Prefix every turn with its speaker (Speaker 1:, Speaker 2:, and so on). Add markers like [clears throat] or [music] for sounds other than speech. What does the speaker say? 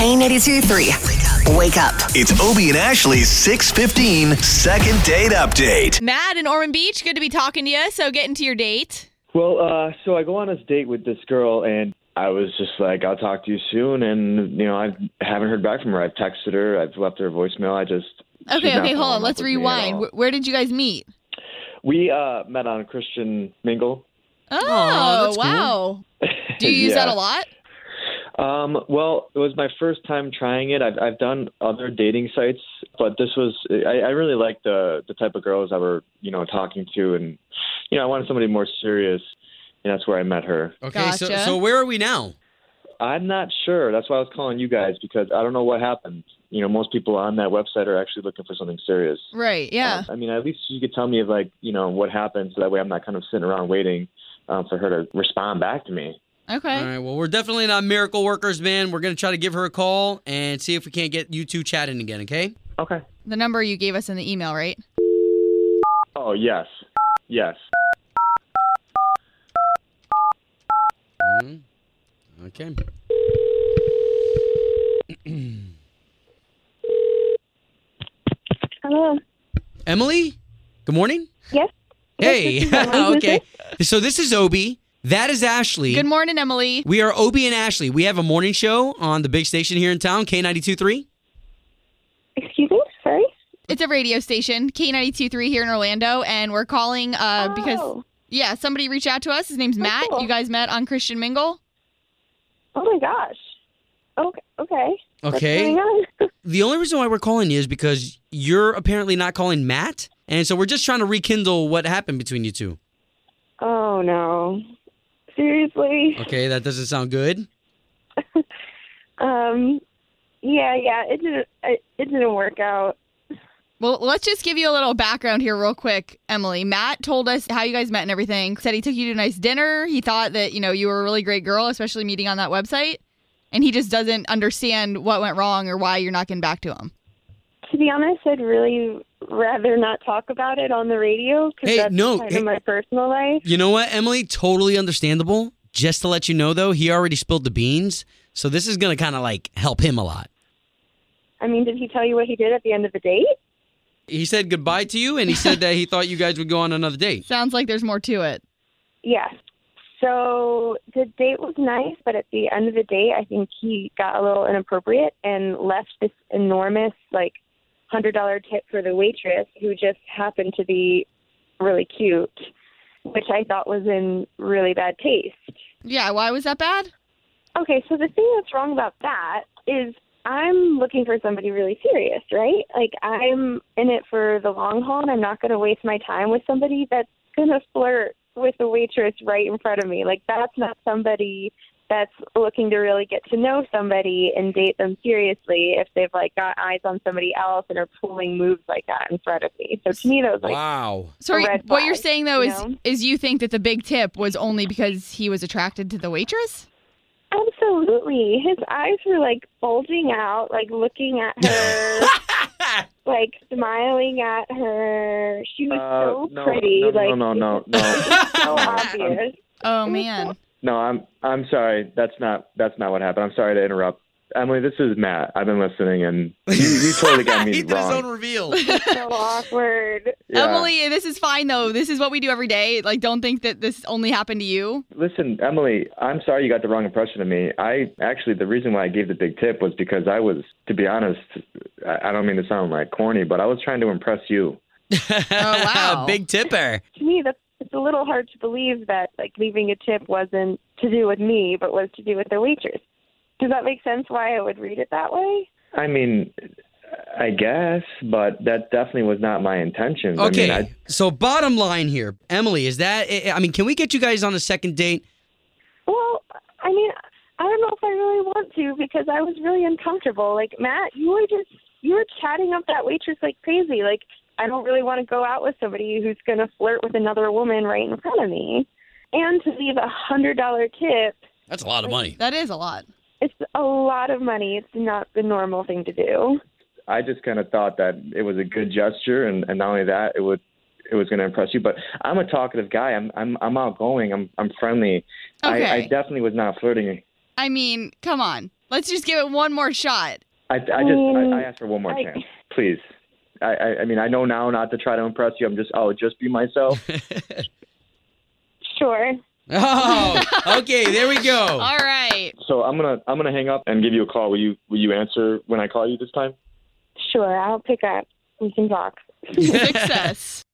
Speaker 1: K82 3. Wake up.
Speaker 2: It's Obie and Ashley's 615 second date update.
Speaker 3: Matt in Ormond Beach, good to be talking to you. So get into your date.
Speaker 4: Well, uh, so I go on this date with this girl, and I was just like, I'll talk to you soon. And, you know, I haven't heard back from her. I've texted her, I've left her a voicemail. I just. she's
Speaker 3: Okay,
Speaker 4: not
Speaker 3: okay, hold
Speaker 4: following
Speaker 3: on.
Speaker 4: up
Speaker 3: Let's
Speaker 4: with me at
Speaker 3: rewind.
Speaker 4: all.
Speaker 3: Where, where did you guys meet?
Speaker 4: We uh, met on a Christian mingle.
Speaker 3: Oh,
Speaker 5: that's cool.
Speaker 3: wow. Do you use that a
Speaker 4: Yeah.
Speaker 3: lot?
Speaker 4: Um, well, it was my first time trying it. I've, I've done other dating sites, but this was I, I really liked the the type of girls I were you know talking to, and you know I wanted somebody more serious, and that's where I met her.
Speaker 5: Okay, so
Speaker 3: Gotcha.
Speaker 5: so where are we now?
Speaker 4: I'm not sure. That's why I was calling you guys because I don't know what happened. You know, most people on that website are actually looking for something serious. Uh,
Speaker 3: Right, yeah.
Speaker 4: I mean, at least you could tell me if like you know what happened, so that way I'm not kind of sitting around waiting um, for her to respond back to me.
Speaker 3: Okay.
Speaker 5: All right, well, we're definitely not miracle workers, man. We're going to try to give her a call and see if we can't get you two chatting again, okay?
Speaker 4: Okay.
Speaker 3: The number you gave us in the email, right?
Speaker 4: Oh yes, yes.
Speaker 5: Mhm. Okay.
Speaker 6: [clears throat] Hello.
Speaker 5: Emily, good morning.
Speaker 6: Yes.
Speaker 5: Hey. [laughs]
Speaker 6: Yes, this is Emily. Who's [laughs]
Speaker 5: okay. So this is Obi. That is Ashley.
Speaker 3: Good morning, Emily.
Speaker 5: we are Obi and Ashley. We have a morning show on the big station here in town, K92.3.
Speaker 6: Excuse me. Sorry.
Speaker 3: It's a radio station, K92.3 here in Orlando, and we're calling uh, because,
Speaker 6: Oh.
Speaker 3: yeah, somebody reached out to us. His name's Matt.
Speaker 6: cool.
Speaker 3: You guys met on Christian Mingle.
Speaker 6: Oh my gosh. Okay. Okay. What's
Speaker 5: Okay.
Speaker 6: going on? [laughs]
Speaker 5: The only reason why we're calling you is because you're apparently not calling Matt. And so we're just trying to rekindle what happened between you two.
Speaker 6: oh no. Seriously.
Speaker 5: Okay, that doesn't sound good.
Speaker 6: Um. Yeah. Yeah. It didn't. It, it didn't work out.
Speaker 3: Well, let's just give you a little background here, real quick, Emily. Matt told us how you guys met and everything. Said he took you to a nice dinner. He thought that, you know, you were a really great girl, especially meeting on that website. And he just doesn't understand what went wrong or why you're not getting back to him.
Speaker 6: To be honest, I'd really rather not talk about it on the radio because
Speaker 5: Hey,
Speaker 6: that's
Speaker 5: no,
Speaker 6: kind
Speaker 5: hey-
Speaker 6: of my personal life.
Speaker 5: You know what, Emily? Totally understandable. Just to let you know, though, he already spilled the beans. So this is going to kind of like help him a lot.
Speaker 6: I mean, did he tell you what he did at the end of the date?
Speaker 5: He said goodbye to you and he said that he thought you guys would go on another date.
Speaker 3: Sounds like there's more to it.
Speaker 6: Yes. So the date was nice, but at the end of the day, I think he got a little inappropriate and left this enormous, like, hundred dollar tip for the waitress who just happened to be really cute, which I thought was in really bad taste.
Speaker 3: Yeah, why was that bad?
Speaker 6: Okay, so the thing that's wrong about that is I'm looking for somebody really serious, right? Like I'm in it for the long haul and I'm not going to waste my time with somebody that's going to flirt with a waitress right in front of me. Like that's not somebody that's looking to really get to know somebody and date them seriously if they've like got eyes on somebody else and are pulling moves like that in front of me. So to me that was like
Speaker 5: Wow.
Speaker 3: So are you-
Speaker 6: Red
Speaker 3: what you're
Speaker 6: flag,
Speaker 3: saying though
Speaker 6: you
Speaker 3: is
Speaker 6: know?
Speaker 3: is you think that the big tip was only because he was attracted to the waitress?
Speaker 6: Absolutely. His eyes were like bulging out, like looking at her, like smiling at her. She was so
Speaker 4: Uh, no,
Speaker 6: pretty.
Speaker 4: No,
Speaker 6: like
Speaker 4: no, no, no, no.
Speaker 6: so
Speaker 4: [laughs]
Speaker 6: obvious. [laughs]
Speaker 3: Oh man.
Speaker 4: No, I'm I'm sorry. That's not that's not what happened. I'm sorry to interrupt. Emily, this is Matt. I've been listening, and you, you totally got me
Speaker 5: [laughs] he did his own
Speaker 4: wrong.
Speaker 5: [laughs] reveal.
Speaker 6: So awkward.
Speaker 4: Yeah.
Speaker 3: Emily, this is fine though. This is what we do every day. Like don't think that this only happened to you.
Speaker 4: listen, Emily, I'm sorry you got the wrong impression of me. I actually the reason why I gave the big tip was because I was, to be honest, I, I don't mean to sound like corny, but I was trying to impress you.
Speaker 3: Oh, wow.
Speaker 5: Big tipper.
Speaker 6: To me, that's it's a little hard to believe that like leaving a tip wasn't to do with me, but was to do with the waitress. Does that make sense? Why I would read it that way?
Speaker 4: I mean, I guess, but that definitely was not my intention.
Speaker 5: Okay.
Speaker 4: I mean, I,
Speaker 5: so bottom line here, Emily, is that I I mean, can we get you guys on a second date?
Speaker 6: Well, I mean, I don't know if I really want to because I was really uncomfortable. Like Matt, you were just you were chatting up that waitress like crazy. Like I don't really want to go out with somebody who's going to flirt with another woman right in front of me, and to leave a hundred dollar tip.
Speaker 5: That's a lot of money.
Speaker 3: That is a lot.
Speaker 6: It's a lot of money. It's not the normal thing to do.
Speaker 4: I just kind of thought that it was a good gesture, and, and not only that, it would it was going to impress you. But I'm a talkative guy. I'm I'm I'm outgoing. I'm I'm friendly.
Speaker 3: Okay.
Speaker 4: I, I definitely was not flirting.
Speaker 3: I mean, come on. Let's just give it one more shot.
Speaker 4: I, I just I, I asked for one more
Speaker 6: I-
Speaker 4: chance, please. I, I I mean I know now not to try to impress you. I'm just oh just be myself.
Speaker 6: Sure.
Speaker 5: Oh, okay. There we go.
Speaker 3: [laughs] All right.
Speaker 4: so I'm gonna I'm gonna hang up and give you a call. Will you will you answer when I call you this time?
Speaker 6: Sure. I'll pick up. We can talk.
Speaker 3: Success.